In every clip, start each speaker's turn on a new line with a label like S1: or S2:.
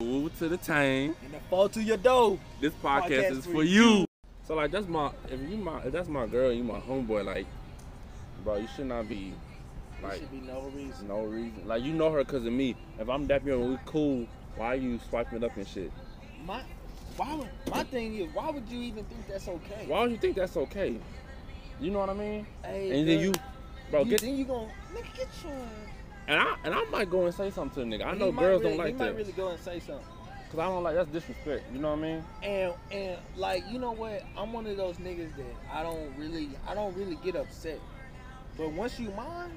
S1: to the tame.
S2: And then fall to your door.
S1: This podcast,
S2: Podcast
S1: is
S2: for
S1: for
S2: you.
S1: you. So like that's my if you my if that's my girl, you my homeboy, like bro, you should not be
S2: There
S1: like
S2: should be no reason.
S1: no reason. Like you know her cause of me. If I'm dapping her and we cool, why you swiping it up and shit?
S2: My, why would, my thing is, why would you even think that's okay?
S1: Why would you think that's okay? You know what I mean?
S2: Hey,
S1: And then
S2: bruh,
S1: you bro
S2: you-
S1: get
S2: then you gonna nigga get your.
S1: and I and I might go and say something to the nigga. I
S2: He
S1: know
S2: might
S1: girls
S2: really-
S1: don't
S2: he
S1: like
S2: might
S1: that.
S2: really go and say something.
S1: Cause I don't like that's disrespect. You know what I mean?
S2: And and like you know what? I'm one of those niggas that I don't really I don't really get upset. But once you mine,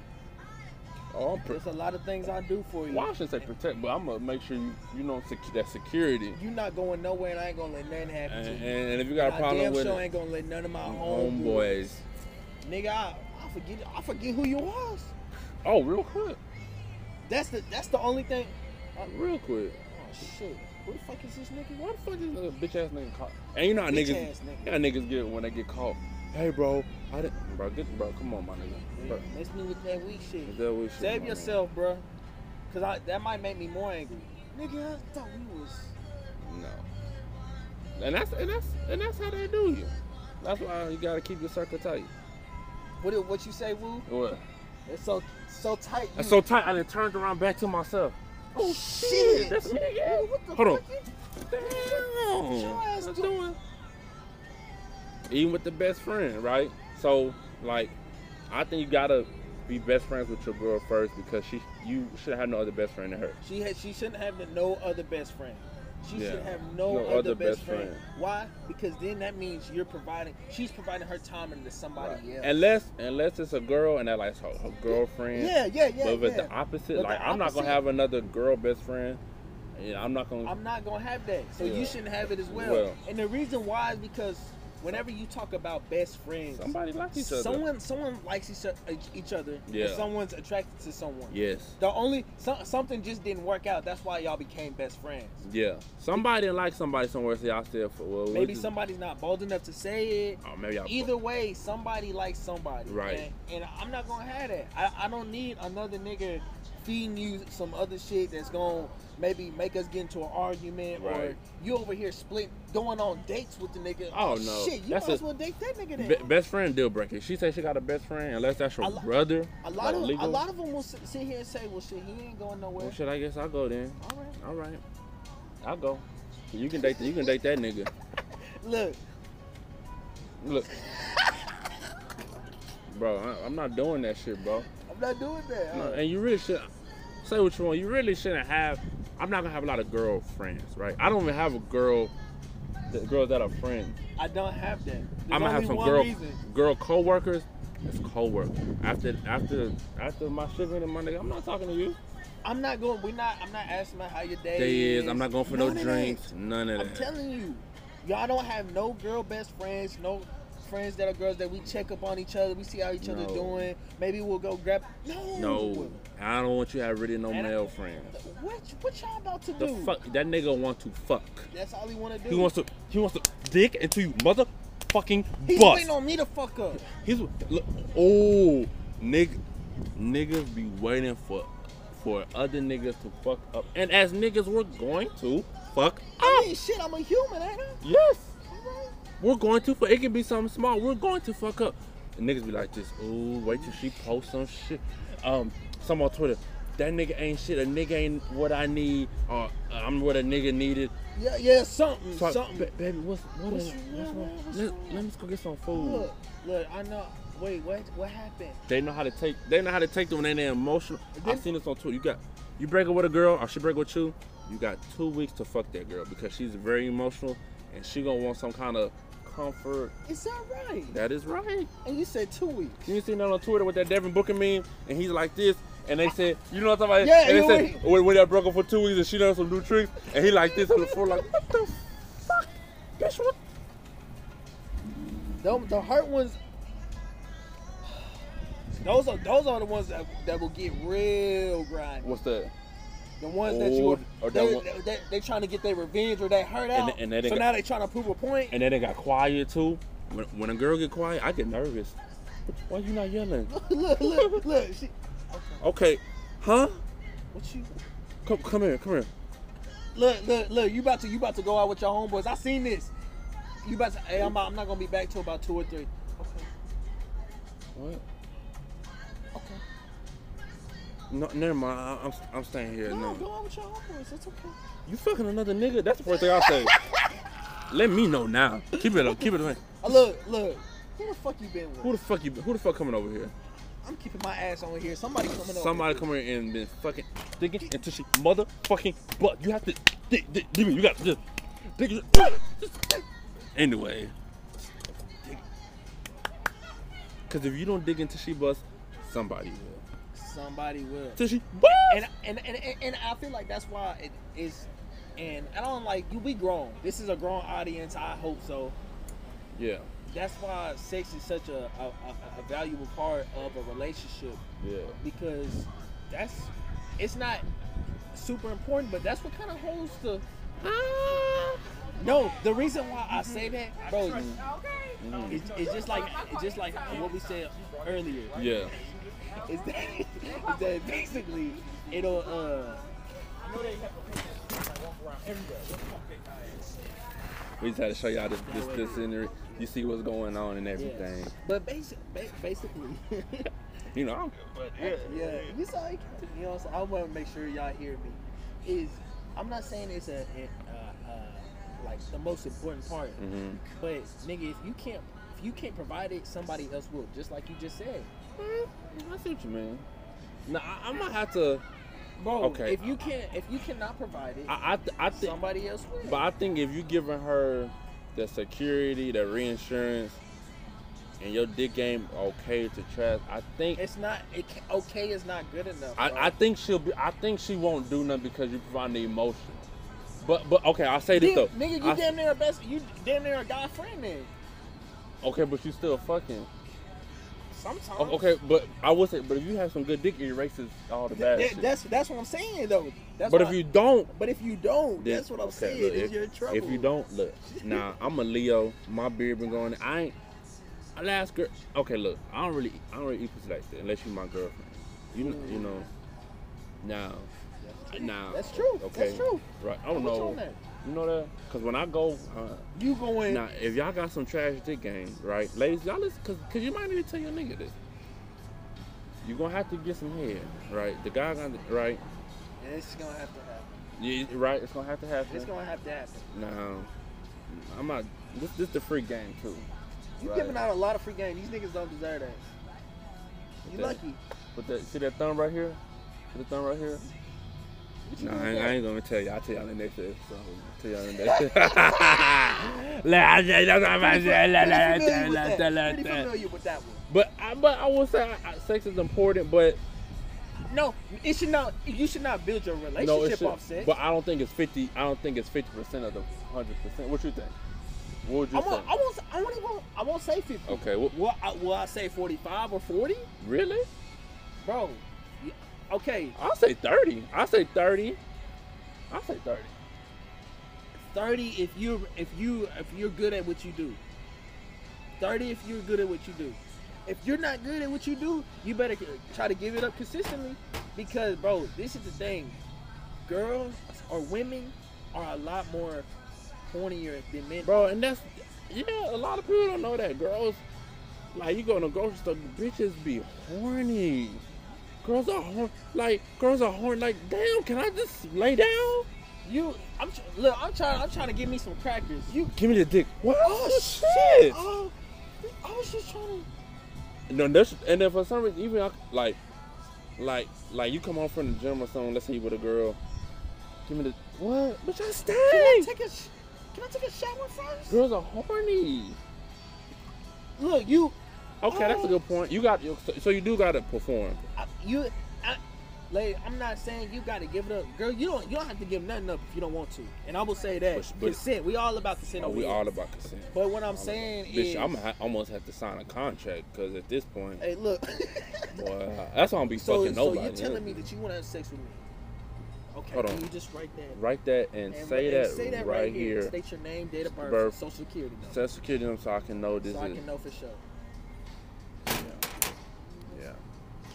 S1: Oh, I'm pre-
S2: there's a lot of things I do for you.
S1: well, I should say protect, but I'm gonna make sure you you know sec- that security.
S2: You're not going nowhere, and I ain't gonna let nothing happen
S1: And,
S2: to you.
S1: and, and if you got a
S2: I
S1: problem
S2: damn
S1: with
S2: sure
S1: it,
S2: ain't gonna let none of my homeboys.
S1: homeboys.
S2: Nigga, I, I forget I forget who you was.
S1: Oh, real quick,
S2: That's the that's the only thing.
S1: real quick.
S2: Oh shit! Who the fuck is this nigga?
S1: Why the fuck is a bitch ass nigga caught? And you know how
S2: Bitch
S1: niggas,
S2: ass nigga.
S1: yeah, niggas get when they get caught. Hey, bro, I didn't, bro, get, bro, come on, my nigga. Bro,
S2: Miss me with that weak shit.
S1: is that what you-
S2: Save
S1: my nigga?
S2: yourself, bruh. Cause I, that might make me more angry. Nigga, I thought we was.
S1: No. And that's and that's and that's how they do you. That's why you gotta keep your circle tight.
S2: What it- what you say, Woo?
S1: What?
S2: It's so so tight.
S1: That's
S2: you-
S1: so tight. I done turned around back to myself.
S2: oh shit.
S1: That's me, yeah.
S2: Nigga, what the
S1: Hold
S2: fuck
S1: Damn.
S2: Your ass
S1: That's
S2: doing-
S1: doing- Even with the best friend, right? So, like, I think you gotta be best friends with your girl first because she, you should have no other best friend than her.
S2: you- She had she shouldn't have no other best friend. She
S1: Yeah.
S2: should have no,
S1: No
S2: other,
S1: other
S2: best,
S1: best
S2: friend.
S1: friend.
S2: Why? Because then that means you're providing. She's providing her time into somebody
S1: Right.
S2: else.
S1: Unless, unless it's a girl and that like her, her girlfriend.
S2: yeah, yeah, yeah.
S1: But if it's
S2: yeah.
S1: the opposite,
S2: But the
S1: like I'm not gonna
S2: opposite-
S1: have another girl best friend. And I'm not gonna.
S2: I'm not gonna have that. So
S1: Yeah.
S2: you shouldn't have it as well.
S1: Well.
S2: And the reason why is because whenever you talk about best friends,
S1: somebody likes each other.
S2: someone someone likes each, o- each other.
S1: Yeah.
S2: And someone's attracted to someone.
S1: Yes.
S2: The only so, something just didn't work out. That's why y'all became best friends.
S1: Yeah. Somebody didn't like somebody somewhere, so y'all still. Well, we
S2: Maybe
S1: just-
S2: somebody's not bold enough to say it.
S1: Oh, maybe y'all.
S2: Either way, somebody likes somebody.
S1: Right.
S2: man. And, I'm not gonna have that. I, I don't need another nigga feeding you some other shit that's gonna maybe make us get into an argument or
S1: Right.
S2: you over here split going on dates with the nigga.
S1: Oh, no.
S2: Shit, you
S1: That's
S2: might
S1: a-
S2: as well date that nigga then.
S1: Be- best friend deal breaker. She said she got a best friend, unless that's your
S2: A lo-
S1: brother.
S2: a lot
S1: like,
S2: of
S1: legal.
S2: a lot of them will s- sit here and say, "Well, shit, he ain't going nowhere."
S1: Well, shit, I guess I'll go then.
S2: All right.
S1: All right, I'll go. You can date. You can date that nigga.
S2: Look,
S1: Look, bro, I, I'm not doing that shit, bro.
S2: I'm not doing that.
S1: No, and you really should say what you want. You really shouldn't have. I'm not gonna have a lot of girlfriends, right? I don't even have a girl. The girls that are friends.
S2: I don't have that. There's
S1: I'm gonna have
S2: only
S1: some
S2: one
S1: girl
S2: reason.
S1: girl coworkers. It's coworker. After after after my sugar and my nigga, I'm not talking to you.
S2: I'm not going. We're not. I'm not asking about how your day
S1: Day
S2: is.
S1: is. I'm not going for
S2: None
S1: no
S2: of that.
S1: drinks. None of
S2: I'm
S1: that.
S2: telling you, y'all don't have no girl best friends. No friends that are girls that we check up on each other. We see how each other
S1: No.
S2: doing. Maybe we'll go grab. No.
S1: no, I don't want you to have really no
S2: And I-
S1: male friends.
S2: What what y'all about to
S1: The
S2: do?
S1: fuck that nigga want to fuck.
S2: That's all he want to do.
S1: He wants to. He wants to dick into you, motherfucking
S2: He's
S1: butt.
S2: waiting on me to fuck up.
S1: He's look, oh nigga, niggas be waiting for for other niggas to fuck up, and as niggas we're going to fuck
S2: I
S1: up.
S2: mean, shit, I'm a human, ain't I?
S1: Yes,
S2: Alright.
S1: we're going to. But it could be something small. We're going to fuck up. And niggas be like this. Ooh, wait till she post some shit. Um, some on Twitter. That nigga ain't shit. A nigga ain't what I need. Or uh, I'm what a nigga needed.
S2: Yeah, yeah, something,
S1: So,
S2: something.
S1: ba- baby, what's what
S2: What's
S1: is,
S2: wrong,
S1: what's wrong?
S2: man? What's
S1: Let,
S2: wrong?
S1: let me just go get some food.
S2: Look, look, I know. Wait, what? What happened?
S1: They know how to take. They know how to take them when they're emotional. I've seen this on Twitter. You got, you break up with a girl, or she break up with you. You got two weeks to fuck that girl because she's very emotional, and she gonna want some kind of comfort.
S2: Is that right?
S1: That is right.
S2: And you said two weeks.
S1: You seen that on Twitter with that Devin Booker meme, and he's like this, and they said, you know what I'm talking about?
S2: Yeah,
S1: and
S2: you
S1: they said when, when they broke up for two weeks, and she done some new tricks, and he like this on the floor, like what the fuck, bitch? What?
S2: The, the hurt ones. Those are those are the ones that, that will get real grind.
S1: What's that?
S2: The ones that you
S1: Or-
S2: or
S1: or
S2: they,
S1: that one-
S2: they, they, trying to get their revenge or that hurt
S1: And-
S2: out.
S1: and they didn't
S2: so
S1: got-
S2: now they trying to prove a point.
S1: And then they got quiet too. When, when a girl get quiet, I get nervous. Why you not yelling?
S2: look, look, look. She,
S1: Okay, huh?
S2: what you?
S1: Come, come here, come here.
S2: look, look, look. You about to you about to go out with your homeboys. I seen this. You about to? Hey, I'm, about- I'm not gonna be back till about two or three. Okay.
S1: What?
S2: Okay.
S1: No, never mind. I, I'm I'm staying here. No,
S2: No, go out with your homeboys. That's okay.
S1: you fucking another nigga. That's the first thing I say. Let me know now. Keep it up. Keep it up.
S2: Uh, look, look. Who the fuck you been with?
S1: Who the fuck you? Who the fuck coming over here?
S2: I'm keeping my ass on here. Somebody coming over.
S1: Somebody come here and been fucking digging into she motherfucking butt. You have to dig, dig, dig it. You got to just dig it. Anyway, because if you don't dig into she bus, somebody will.
S2: Somebody will.
S1: Into she bus.
S2: and, and and and and I feel like that's why it is. And I don't like you. We grown. This is a grown audience. I hope so.
S1: yeah,
S2: That's why sex is such a a, a, a valuable part of a relationship
S1: yeah.
S2: because that's it's not super important, but that's what kind of holds the. ah, No, the reason why Mm-hmm. I say that, bro,
S1: Mm.
S2: it's, it's just like it's just like what we said earlier.
S1: Yeah,
S2: is that, is that basically it'll uh
S1: we just had to show y'all this this, this scenery. You see what's going on and
S2: yeah.
S1: everything.
S2: but basi- ba- basically
S1: You know, I don't,
S2: yeah you saw it, you know what I'm saying? I want to make sure y'all hear me is I'm not saying it's a, it, uh, uh, like the most important part
S1: Mhm.
S2: but nigga if you can't if you can't provide it somebody else will just like you just said
S1: I see what you mean. Now I, I'm gonna have to.
S2: bro
S1: Okay.
S2: if you can't if you cannot provide it
S1: I I, th- I think.
S2: somebody else will
S1: But I think if you giving her the security, the reinsurance, and your dick game okay to trash, I think
S2: it's not it ca- okay is not good enough bro.
S1: I, I think she'll be I think she won't do nothing because you provide the emotion. But but okay, I'll say this
S2: Nigga,
S1: though.
S2: nigga, you
S1: I-
S2: damn near a best. You damn near a guy friend then.
S1: okay, but you still fucking.
S2: Sometimes.
S1: O- Okay, but I would say but if you have some good dick it erases all the bad
S2: That-
S1: shit.
S2: that's that's what I'm saying though. That's
S1: but
S2: why-
S1: if you don't
S2: But if you don't,
S1: then-
S2: that's what I'm
S1: okay,
S2: saying.
S1: look,
S2: is
S1: if,
S2: you're in trouble.
S1: if you don't look, nah, I'm a Leo. My beard been going. I ain't. I last girl. Okay, look, I don't really, I don't really eat pussy like that unless you my girlfriend. You know, you know. Now, now.
S2: That's true. That's true.
S1: Right. I don't
S2: with you
S1: know.
S2: on that.
S1: You know that? Cause when I go, uh,
S2: you going.
S1: now if y'all got some trash dick game, right, ladies, y'all listen, cause, cause you might need to tell your nigga this. You gonna have to get some head, right? The guy gonna, right?
S2: It's gonna have to happen.
S1: Yeah, right. It's gonna have to happen.
S2: It's gonna have to happen.
S1: No, I'm not. This this the free game too.
S2: You
S1: Right.
S2: giving out a lot of free game. These niggas don't deserve that. You
S1: That-
S2: lucky.
S1: But that see that thumb right here, see the thumb right here.
S2: What you
S1: No,
S2: doing
S1: I ain't,
S2: there?
S1: I ain't gonna tell you. I'll tell y'all in the next episode. I'll tell y'all in the next. Nah, I say- that's what I'm
S2: Pretty
S1: saying. La, la, la,
S2: familiar with
S1: la,
S2: that.
S1: la, la,
S2: Pretty
S1: la.
S2: familiar with that one.
S1: But I, but I will say I, I- sex is important, but
S2: No, it should not. You should not build your
S1: no,
S2: relationship
S1: it's
S2: off sex.
S1: but I don't think it's fifty. I don't think it's fifty percent of the hundred percent. What you think? What would
S2: I
S1: you
S2: won't.
S1: think?
S2: I won't. I won't even. I won't say fifty.
S1: Okay, well-
S2: Will I, will I say forty-five or forty,
S1: Really?
S2: bro? y- Okay,
S1: I'll say thirty. I'll say thirty. I'll say thirty.
S2: thirty if you are if you if you're good at what you do. Thirty if you're good at what you do. If you're not good at what you do, you better c- try to give it up consistently, because bro, this is the thing. Girls or women are a lot more hornier than men.
S1: bro. And that's yeah, a lot of people don't know that. Girls, like you go to the grocery store, bitches be horny. Girls are horn, like girls are horny. Like damn, can I just lay down?
S2: You, I'm tr- look. I'm trying. I'm trying to give me some crackers. You.
S1: Give me the dick. What? Oh shit!
S2: Oh, I was just trying to.
S1: No, that's and then for some reason, even I- like, like, like you come home from the gym or something. Let's say you with a girl. Give me the what? But y'all
S2: Can I
S1: stay.
S2: take a sh- Can I take a shower first?
S1: Girls are horny. Oh.
S2: Look, you,
S1: Okay, that's a good point. You got so- so you do gotta perform.
S2: I, you, I, like, I'm not saying you got to give it up, girl. You don't. You don't have to give nothing up if you don't want to. And I will say that
S1: But- but-
S2: consent. We all about consent.
S1: Oh,
S2: over
S1: we
S2: here.
S1: all about consent.
S2: But what I'm saying is,
S1: Bitch, I'm ha- almost have to sign a contract because at this point,
S2: hey, look.
S1: boy, that's why I'm be
S2: so,
S1: fucking
S2: so
S1: nobody.
S2: you're telling me that you want to have sex with me? Okay,
S1: Hold
S2: can
S1: on.
S2: you just write that?
S1: write that and,
S2: And-
S1: say,
S2: and
S1: that right, here.
S2: State your name, date of birth,
S1: Birth.
S2: social security number,
S1: Social security number so I can know this
S2: so I
S1: is.
S2: can know for sure.
S1: Yeah.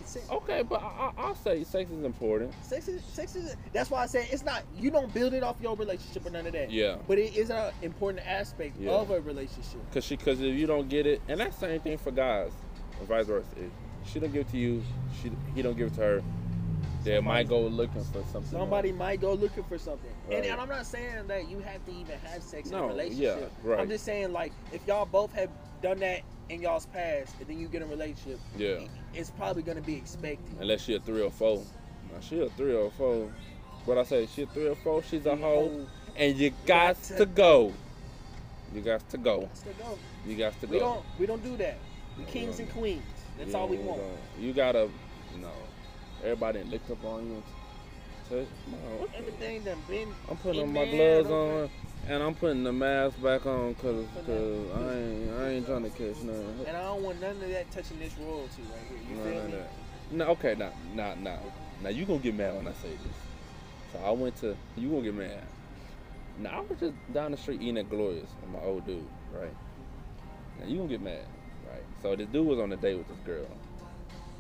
S2: sex.
S1: Okay, but I, I, I'll say sex is important.
S2: Sex is sex is that's why I say it's not you don't build it off your relationship or none of that.
S1: Yeah.
S2: But it is an important aspect
S1: Yeah.
S2: of a relationship.
S1: Cause she, cause if you don't get it, and that's the same thing for guys, and vice versa. If she don't give it to you, she he don't give it to her. They might go looking for something.
S2: Somebody might go looking for something. And,
S1: Right.
S2: and I'm not saying that you have to even have sex in
S1: No,
S2: a
S1: yeah,
S2: relationship.
S1: right.
S2: I'm just saying like if y'all both have done that in y'all's past and then you get in a relationship,
S1: Yeah.
S2: it's probably gonna be expected.
S1: Unless she a three or four. Now she a three or four. What I say, she a three or four. She's a
S2: oh
S1: hoe, and you got to go. You got to go.
S2: That's the goal.
S1: You got to go.
S2: We don't we don't do that. We
S1: No, we
S2: kings
S1: don't.
S2: and queens. That's
S1: Yeah,
S2: all we
S1: you
S2: want.
S1: don't. You gotta, no. Everybody done licked up on you. and t- t- no.
S2: Everything done been
S1: I'm putting on
S2: Hey,
S1: my
S2: man,
S1: gloves
S2: okay.
S1: on, and I'm putting the mask back on, cause,
S2: Put that-
S1: 'cause I ain't, I ain't trying to catch nothing.
S2: and I don't want none of that touching this royalty right here. You
S1: No,
S2: feel
S1: no,
S2: me?
S1: no. No, okay, nah, nah, nah. Now you gonna get mad when I say this. So I went to, you gonna get mad. Now I was just down the street eating at Glorious with my old dude, right? Now you gonna get mad, right? So this dude was on a date with this girl,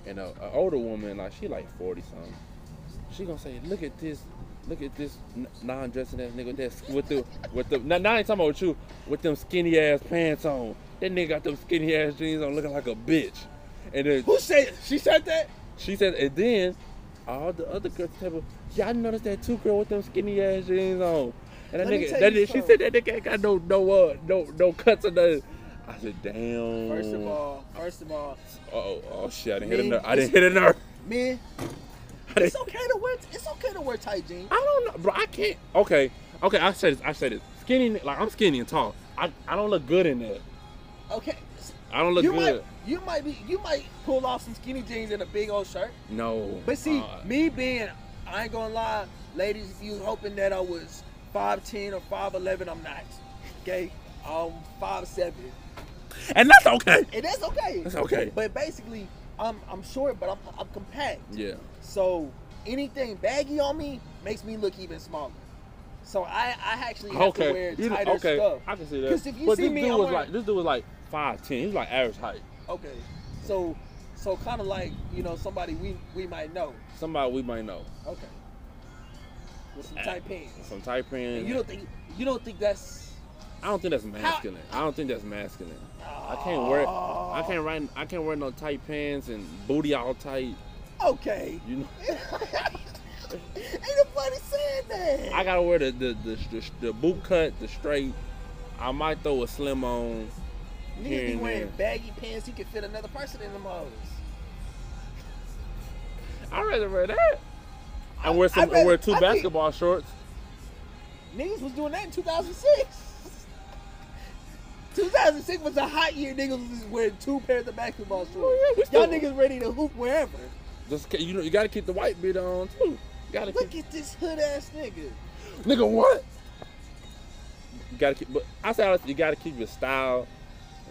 S1: and a, a older woman, like she like forty something. She gonna say, look at this, look at this n- non-dressing ass nigga that's with the with the. Now, now I ain't talking about you with them skinny ass pants on. That nigga got them skinny ass jeans on, looking like a bitch. And then
S2: Who said she said that?
S1: she said, and then all the other girls at the table, yeah, I noticed that too, girl, with them skinny ass jeans on. And that
S2: Let me
S1: nigga,
S2: tell
S1: that
S2: you
S1: nigga she
S2: something.
S1: said that nigga ain't got no no uh no no cuts or nothing. I said, damn.
S2: First of all, first of all,
S1: oh oh shit, I didn't hit a
S2: Man,
S1: nerve. I
S2: it's-
S1: didn't hit a nerve.
S2: man,
S1: I,
S2: it's
S1: didn't,
S2: okay to wear it's okay to wear tight jeans.
S1: I don't know, bro. I can't. Okay, okay. I said this. I said this. Skinny, like I'm skinny and tall. I, I don't look good in that.
S2: Okay.
S1: I don't look
S2: you
S1: good.
S2: might you might be you might pull off some skinny jeans and a big old shirt.
S1: No.
S2: But see,
S1: uh,
S2: me being I ain't gonna lie, ladies, if you hoping that I was five ten or five eleven, I'm not. Okay? I'm five seven.
S1: and that's okay.
S2: And that's okay.
S1: That's okay.
S2: But basically, I'm I'm short, but I'm I'm compact.
S1: Yeah.
S2: So anything baggy on me makes me look even smaller. So I I actually have to
S1: Okay.
S2: wear
S1: You-
S2: tighter
S1: okay.
S2: stuff.
S1: I can see that.
S2: 'Cause if you
S1: but
S2: see
S1: this
S2: me,
S1: dude
S2: I'm
S1: was
S2: wearing-
S1: like this dude was like five ten. He was like average height.
S2: Okay. So so kind of like you know somebody we we might know.
S1: Somebody we might know.
S2: Okay. With some tight
S1: Uh,
S2: pants.
S1: Some tight pants.
S2: And you don't think you don't think that's
S1: I don't think that's masculine. I don't think that's masculine. I can't wear. I
S2: Oh.
S1: can't wear. I can't wear no tight pants and booty all tight.
S2: Oh, okay.
S1: You know.
S2: Ain't nobody saying that.
S1: I gotta wear the the the, the, the boot cut, the straight. I might throw a slim on. here
S2: Niggas be
S1: and
S2: wearing
S1: there.
S2: baggy pants. You can fit another person in them hoes.
S1: I'd rather wear that. And wear
S2: I'd
S1: some.
S2: rather-
S1: and wear two
S2: I think-
S1: basketball shorts.
S2: Niggas was doing that in 2006. 2006 was a hot year. Niggas was wearing two pairs of basketball shorts.
S1: Oh, yeah, we
S2: Y'all
S1: still-
S2: niggas ready to hoop wherever.
S1: Just ca- you know, you gotta keep the white bit on too. You gotta keep.
S2: Look at this hood ass nigga.
S1: Nigga, what? You gotta keep, but I say honestly, you gotta keep your style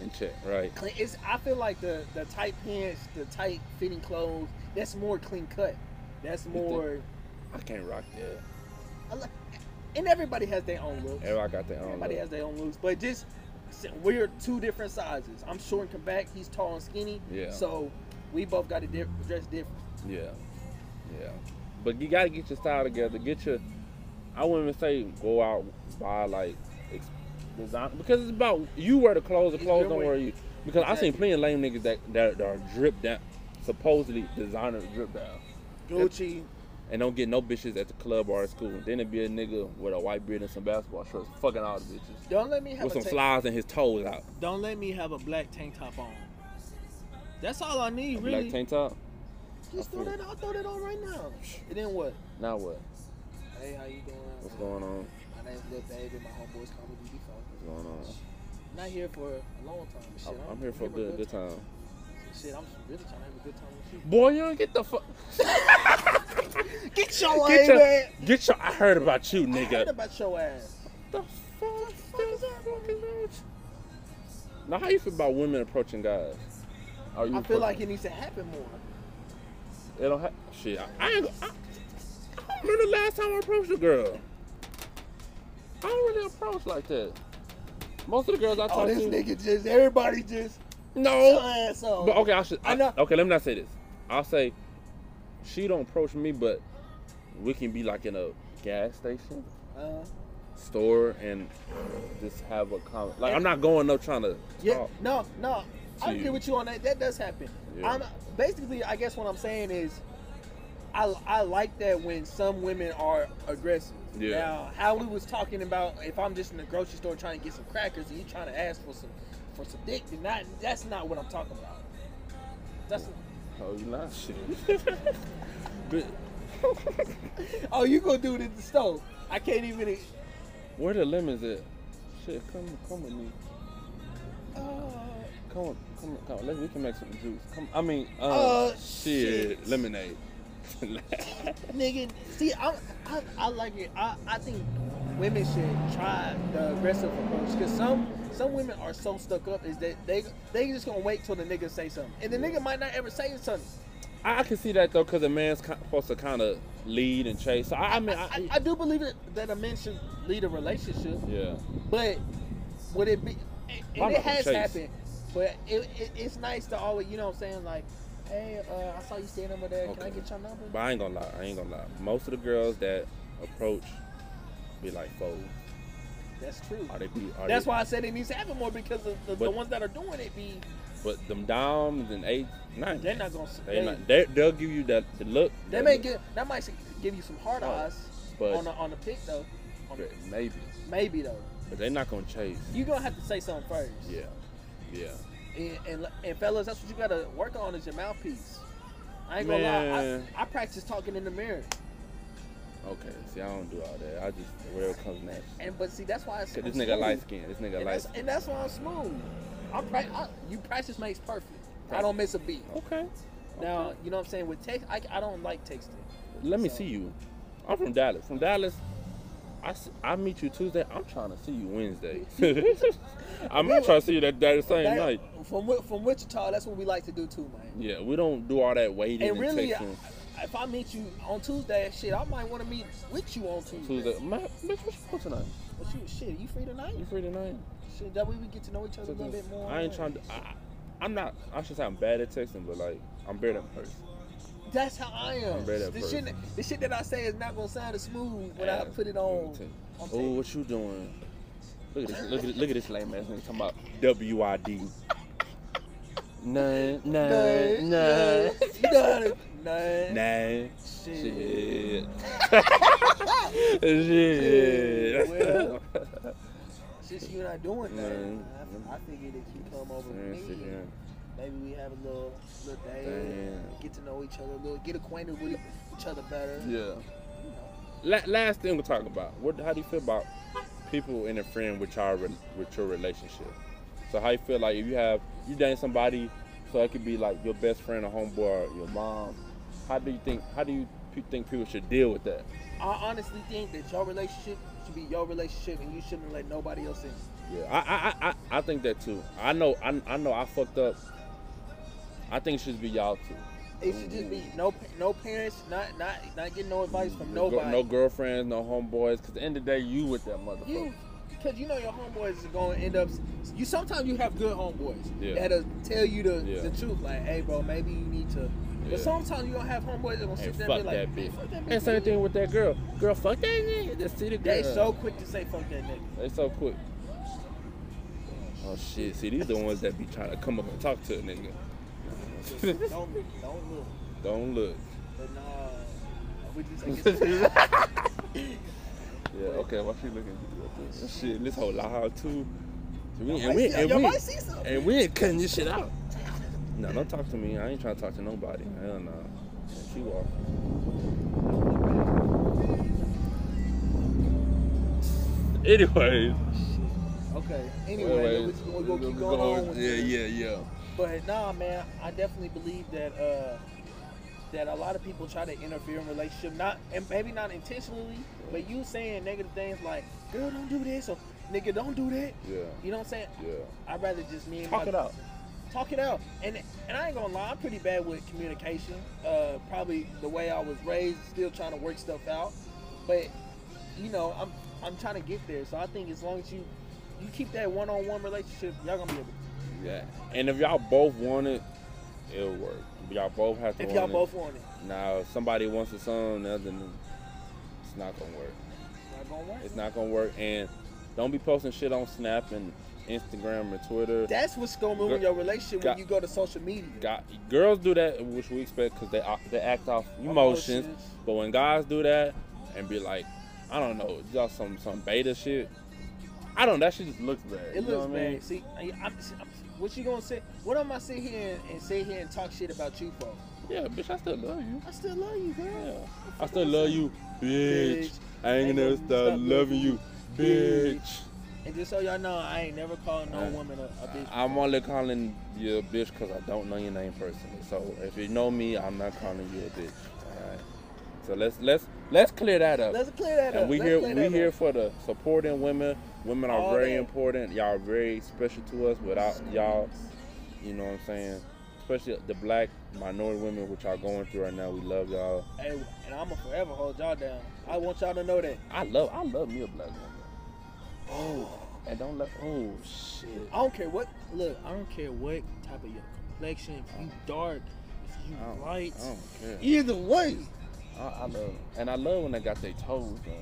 S1: in check, right?
S2: Clean- It's, I feel like the, the tight pants, the tight fitting clothes, that's more clean cut. That's more.
S1: I can't rock that.
S2: I like- And everybody has their own look.
S1: Everybody got their own.
S2: Everybody
S1: look.
S2: has their own looks, but just si- we're two different sizes. I'm short and compact. He's tall and skinny.
S1: Yeah.
S2: So we both got to di- dress different.
S1: Yeah, yeah. But you gotta get your style together. Get your. I wouldn't even say go out buy like ex- design because it's about you wear the clothes. The
S2: It's
S1: clothes
S2: your
S1: don't
S2: way.
S1: wear you. Because I seen
S2: Exactly.
S1: plenty of lame niggas that that, that are drip down, supposedly designer drip down.
S2: Gucci.
S1: And don't get no bitches at the club or at school. Then it be a nigga with a white beard and some basketball shorts, fucking all the bitches.
S2: Don't let me have
S1: with
S2: a
S1: some
S2: tank.
S1: flies and his toes out.
S2: Don't let me have a black tank top on. That's all I need,
S1: Black
S2: really.
S1: tank top.
S2: just throw that. I'll throw that on right now. And then what?
S1: Now what?
S2: Hey, how you doing?
S1: What's going on?
S2: My name's Lil Baby. My homeboys call me BB Falcon.
S1: What's going on?
S2: Not here for a long time. but Shit,
S1: I'm, I'm here for a good, good time.
S2: Shit, I'm really trying to have a good time with you.
S1: Boy, you don't get the fuck.
S2: Get your
S1: Get
S2: ass.
S1: your,
S2: back.
S1: get your. I heard about you,
S2: I heard
S1: nigga.
S2: about your ass.
S1: The fuck is that fucking bitch? Now, how you feel about women approaching guys? Are you
S2: I feel
S1: approaching-
S2: like it needs to happen more.
S1: it don't have. Shit, I, I ain't. go- I, I don't remember the last time I approached a girl. I don't really approach like that. Most of the girls I talk
S2: Oh, this
S1: to.
S2: nigga just everybody just
S1: No.
S2: ass off.
S1: But okay, I should. I,
S2: I know.
S1: Okay, let me not say this. I'll say she don't approach me, but we can be like in a gas station,
S2: Uh,
S1: store, and just have a con. Like I'm not going up trying to
S2: yeah,
S1: talk.
S2: no, no. I
S1: Oh. See.
S2: agree with you on that. That does happen.
S1: Yeah.
S2: I'm basically, I guess what I'm saying is, I, I like that when some women are aggressive.
S1: Yeah.
S2: Now, how we was talking about if I'm just in the grocery store trying to get some crackers and you trying to ask for some for some dick, then not that's not what I'm talking about. That's
S1: Oh, you not shit. but
S2: oh, you gonna do it in the stove? I can't even.
S1: where the lemons at? Shit, come, come with me.
S2: Uh,
S1: Come on, come on, come on. Let's, we can make some juice. Come, I mean, uh,
S2: Uh,
S1: shit,
S2: shit.
S1: lemonade.
S2: nigga, see, I, I, I like it. I, I think women should try the aggressive approach because some some women are so stuck up is that they they just gonna wait till the nigga say something, and the nigga might not ever say something.
S1: I, I can see that though, cause a man's ki- supposed to kind of lead and chase. So I, I mean, I,
S2: I, I do believe that, that a man should lead a relationship,
S1: yeah,
S2: but would it be?
S1: Why
S2: And it
S1: not
S2: has
S1: chase?
S2: happened, but it, it, it's nice to always, you know, what I'm saying like, hey, uh, I saw you standing over there. Can I
S1: Okay.
S2: get your number?
S1: but I ain't gonna lie. I ain't gonna lie. Most of the girls that approach be like, "Fold."
S2: That's true.
S1: Are they be? Are
S2: That's
S1: they,
S2: why I said it needs to happen more because of the, the
S1: But-
S2: ones that are doing it be
S1: But them doms and eight, nine.
S2: they're not gonna.
S1: They
S2: They,
S1: not, they, they'll give you that the look.
S2: they
S1: that
S2: may
S1: look,
S2: get that might give you some hard
S1: Oh,
S2: eyes
S1: but-
S2: on the, on the pick though. On the-
S1: but maybe,
S2: maybe though,
S1: but they're not gonna chase.
S2: you gonna have to say something first.
S1: Yeah, yeah.
S2: And, and and fellas, that's what you gotta work on is your mouthpiece. I ain't gonna lie.
S1: Man.
S2: I, I practice talking in the mirror,
S1: Okay. See, I don't do all that. I just whatever comes next.
S2: and but see that's why I
S1: Cause
S2: said
S1: this nigga light skin. This nigga light
S2: and that's,
S1: skin.
S2: and that's why I'm smooth. I'm pra- I, you practice makes perfect. I don't miss a beat.
S1: Oh, Okay.
S2: Now you know what I'm saying with text. I, I don't like texting.
S1: Let me
S2: So-
S1: see you. I'm from Dallas. From Dallas, I, s- I meet you Tuesday. I'm trying to see you Wednesday. I'm not trying to see you that, that same
S2: That-
S1: night.
S2: From Wi- from Wichita, that's what we like to do too, man.
S1: Yeah, we don't do all that waiting and,
S2: And really, I,
S1: texting.
S2: if I meet you on Tuesday, shit, I might want to meet with you on Tuesday.
S1: Tuesday, man, bitch, what you doing tonight?
S2: But you, shit, you free tonight?
S1: You free tonight?
S2: Shit, that way we get to know each other a little bit more.
S1: I ain't trying to. I, I- I'm not. I should say I'm bad at texting, but like I'm better than person.
S2: That's how I am.
S1: I'm ready
S2: The
S1: at first.
S2: shit, the shit that I say is not gonna sound as smooth when I
S1: Yeah.
S2: put it on. on
S1: Oh,
S2: tape.
S1: what you doing? Look at this. Look at look at this lame ass nigga talking about W I D. Nah, nah,
S2: None,
S1: nah,
S2: none, none, none.
S1: nah.
S2: Shit.
S1: Shit.
S2: Well,
S1: Shit.
S2: Since you're not doing
S1: Man.
S2: that, I, I figured if you come over with me,
S1: Damn.
S2: Maybe we have a little little day,
S1: Damn.
S2: get to know each other a little, get acquainted with each other better.
S1: Yeah.
S2: You know,
S1: La- last thing we'll talk about. What? How do you feel about people interfering with your re- with your relationship? So how you feel like if you have you dating somebody, so it could be like your best friend, a homeboy, or your mom. How do you think? How do you pe- think people should deal with that?
S2: I honestly think that your relationship should be your relationship, and you shouldn't let nobody else in.
S1: Yeah, I I, I, I I think that too. I know I, I know I fucked up. I think it should be y'all too.
S2: It should just be no pa- no parents, not not not getting no advice from
S1: No, gir-
S2: nobody.
S1: no girlfriends, no homeboys. Cause at the end of the day, you with that motherfucker.
S2: you, because you know your homeboys is going to end up. You sometimes you have good homeboys
S1: Yeah.
S2: that'll tell you the,
S1: Yeah.
S2: the truth, like, hey, bro, maybe you need to. But
S1: Yeah.
S2: sometimes you gonna have homeboys that gonna
S1: And
S2: sit there
S1: fuck
S2: and be like,
S1: that
S2: "Man,
S1: bitch.
S2: fuck that
S1: And same
S2: bitch."
S1: thing with that girl. Girl, fuck that nigga. Just see the girl.
S2: They so quick to say fuck that nigga.
S1: They so quick. Oh shit! See, these the ones that be trying to come up and talk to a nigga.
S2: don't don't look.
S1: Don't look.
S2: But nah, I would just like
S1: yeah. Okay. Why she looking? Shit. This whole loud too. And we, and we, and
S2: y'all
S1: we,
S2: might see something.
S1: and we ain't cutting this shit out. No, don't talk to me. I ain't trying to talk to nobody. Hell no. She walk. Anyways.
S2: Okay. Anyway,
S1: Anyways,
S2: we, will keep going on with
S1: yeah,
S2: this.
S1: yeah, yeah.
S2: But nah, man, I definitely believe that uh, that a lot of people try to interfere in relationship, not and maybe not intentionally, but you saying negative things like "girl, don't do this" or "nigga, don't do that."
S1: Yeah,
S2: You know what I'm saying?
S1: yeah.
S2: I'd rather just me and
S1: Talk
S2: my,
S1: it out.
S2: talk it out. And and I ain't gonna lie, I'm pretty bad with communication. Uh, probably the way I was raised, still trying to work stuff out. But you know, I'm I'm trying to get there. So I think as long as you you keep that one-on-one relationship, y'all gonna be able.
S1: Yeah. And if y'all both want it, it'll work. Y'all both have to.
S2: If
S1: want
S2: y'all
S1: it.
S2: both want it,
S1: Now, if somebody wants a son, the other, it's not gonna work.
S2: not gonna work.
S1: It's not gonna work. And don't be posting shit on Snap and Instagram and Twitter.
S2: That's what's gonna ruin
S1: Got-
S2: your relationship
S1: got-
S2: when you go to social media.
S1: Got, girls do that, which we expect, because they act- they act off emotions.
S2: Emotions.
S1: But when guys do that and be like, I don't know, y'all some some beta shit. I don't. That shit just looks bad. you
S2: It
S1: know
S2: looks
S1: what I mean?
S2: bad. See, I, I'm, I'm, what you gonna say? What am I sit here and, and sit here and talk shit about you for?
S1: Yeah, bitch, I still love you.
S2: I still love you, girl.
S1: Yeah, I still love you, bitch. I ain't gonna
S2: Bitch.
S1: stop loving you, bitch.
S2: And just so y'all know, I ain't never called no
S1: Uh,
S2: woman a, a bitch.
S1: I'm only calling you a bitch because I don't know your name personally. So if you know me, I'm not calling you a bitch. All right. So let's let's let's clear that up.
S2: Let's clear that up.
S1: and we
S2: Let's
S1: here
S2: clear
S1: we
S2: that
S1: here
S2: up.
S1: for the supporting women. Women are
S2: All
S1: very
S2: that.
S1: important. Y'all are very special to us. Without y'all, you know what I'm saying. Especially the black minority women, which y'all going through right now. We love y'all.
S2: Hey, and I'ma forever hold y'all down. I want y'all to know that.
S1: I love I love me a black woman.
S2: Oh,
S1: And don't let oh shit.
S2: I don't care what. Look, I don't care what type of your complexion. If you dark, if you
S1: I don't,
S2: light,
S1: I don't care.
S2: either way.
S1: I, I love them. and I love when they got their toes done.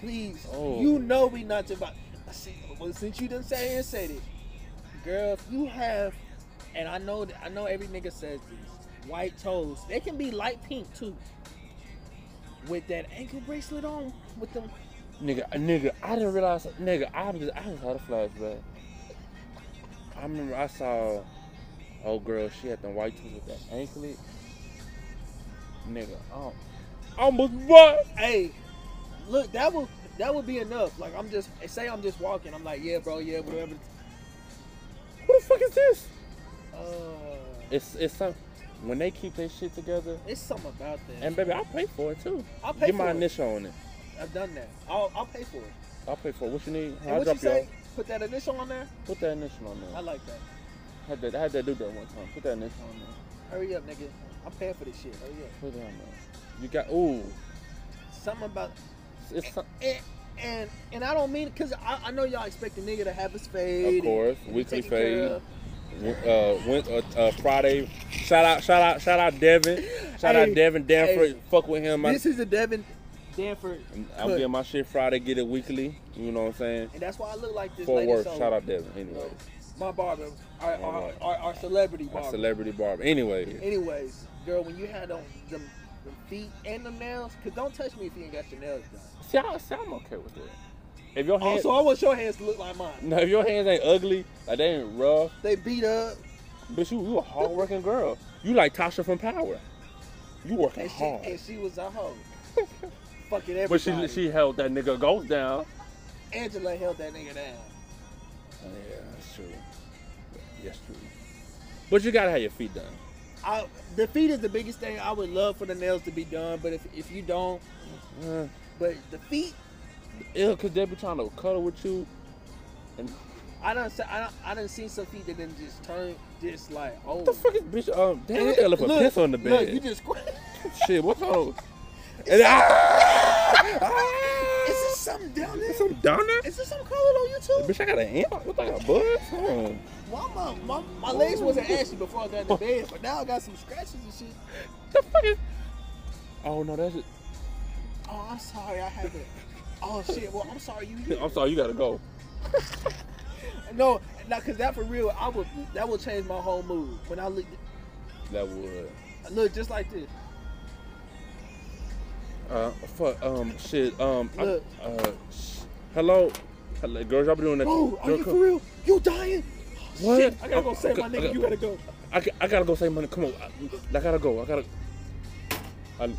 S2: Please,
S1: Oh.
S2: you know we not to violate. See, well, since you done say it and said it, girl, if you have, and I know that I know every nigga says this, white toes. They can be light pink too. With that ankle bracelet on, with them,
S1: Nigga, uh, nigga, I didn't realize. Nigga, I just, I just had a flashback. I remember I saw, old girl, she had the white tooth with that anklet. Nigga, oh, almost what?
S2: hey, look, that will that would be enough. Like I'm just say I'm just walking. I'm like, yeah, bro, yeah, whatever.
S1: Who the fuck is this?
S2: Uh,
S1: It's it's some when they keep their shit together.
S2: it's something about that.
S1: And baby, I'll pay for it too.
S2: I'll pay
S1: Get
S2: for
S1: my
S2: it.
S1: initial on it.
S2: I've done that. I'll, I'll pay for it.
S1: I'll pay for it. What you need?
S2: And
S1: I'll
S2: what you
S1: drop you
S2: say?
S1: off.
S2: Put that initial on there.
S1: Put that initial on
S2: I
S1: there.
S2: like that.
S1: I had that, I had that do that one time. Put that initial on there.
S2: Hurry up, nigga. I'm paying for this shit. Hurry up.
S1: Put that on there. You got ooh.
S2: Something about
S1: It's, it's some-
S2: and and, and I don't mean because I, I know y'all expect a nigga to have his fade.
S1: Of course, weekly
S2: take care
S1: fade.
S2: of.
S1: Uh, went, uh, uh, Friday. Shout out, shout out, shout out, Devin. Shout
S2: Hey,
S1: out, Devin Danford.
S2: hey.
S1: Fuck with him. I,
S2: This is a Devin Danford,
S1: I'm getting my shit Friday. Get it weekly. You know what I'm saying?
S2: and that's why I look like this.
S1: For
S2: lady,
S1: work.
S2: so,
S1: Shout out, Devin.
S2: you know,
S1: Anyway,
S2: my barber, our,
S1: My
S2: our,
S1: barber.
S2: our, our celebrity
S1: my
S2: barber.
S1: celebrity barber. Anyway,
S2: Anyways, girl, when you had them, them, them feet and them nails, cause don't touch me if you ain't got your nails done.
S1: see, I, see, I'm okay with that. If your hands,
S2: Also, I want your hands to look like mine.
S1: no, if your hands ain't ugly, like they ain't rough,
S2: They beat up.
S1: bitch, you you a hardworking girl. You like Tasha from Power. You working
S2: And she,
S1: hard.
S2: and she was a hoe. Fucking
S1: but
S2: everybody.
S1: she she held that nigga ghost down.
S2: Angela held that nigga down.
S1: Yeah, that's true. Yes, true. But you gotta have your feet done.
S2: I, the feet is the biggest thing. I would love for the nails to be done, but if, if you don't, uh,
S1: Yeah,
S2: but the feet,
S1: Ew, cause they be trying to cuddle with you, and
S2: I done se- I done, I done seen some feet that then just turn just like oh.
S1: what the fuck is bitch? Um, damn, I gotta look, a piss on the bed.
S2: Look, you just
S1: Shit, what's on? And ah, ah,
S2: Is there something down there?
S1: Is some down there?
S2: Is there some color on you too?
S1: Bitch, I got an amp. What like a buzz? Hold on.
S2: Well, my, my, my legs wasn't
S1: Oh.
S2: ashy before I got in the bed, but now I got some scratches and shit.
S1: The fuck is? Oh no, that's it.
S2: Oh, I'm sorry, I haven't. Oh shit, well I'm sorry you. Here.
S1: I'm sorry, you gotta go.
S2: No, no, cause that for real, I would that would change my whole mood when I look
S1: That would.
S2: look just like this.
S1: Uh, fuck. Um, shit. Um, I-
S2: Look.
S1: uh, sh- hello, hello, girls. Y'all be doing that.
S2: Bro, are
S1: girl
S2: you
S1: code.
S2: for real? You dying? Oh,
S1: What?
S2: Shit, I gotta go
S1: Okay,
S2: save my
S1: okay,
S2: nigga.
S1: okay.
S2: You gotta go.
S1: I, ca- I gotta go save money. Come on, I, I gotta go. I gotta. I,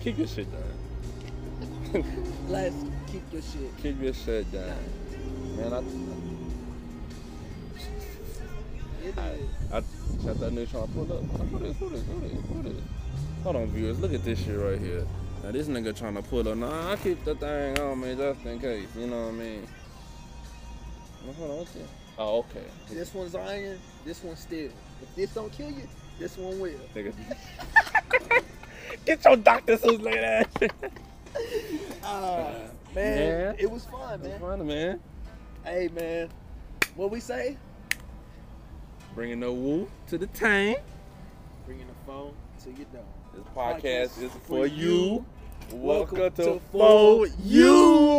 S1: keep your shit down.
S2: Let's keep your shit.
S1: Keep your shit down, man.
S2: It is.
S1: I I shot that nigga trying to pull up. Who this? Who this? Who this? Who this? Hold on, viewers. Look at this shit right here. Now this nigga trying to pull up. Nah, I keep the thing on me just in case. You know what I mean? Now, Hold on. What's this? Oh, okay.
S2: This one's iron. This one's steel. If this don't kill you, this one will.
S1: Nigga. Get your doctor suit, look at that.
S2: Ah, man,
S1: man.
S2: it was fun, man.
S1: Fun, man.
S2: Hey, man, what we say?
S1: Bringing no woo to the tank.
S2: Bringing the phone to your dog.
S1: This podcast is for you. Welcome
S2: Welcome
S1: to
S2: to
S1: for
S2: For You.
S1: you.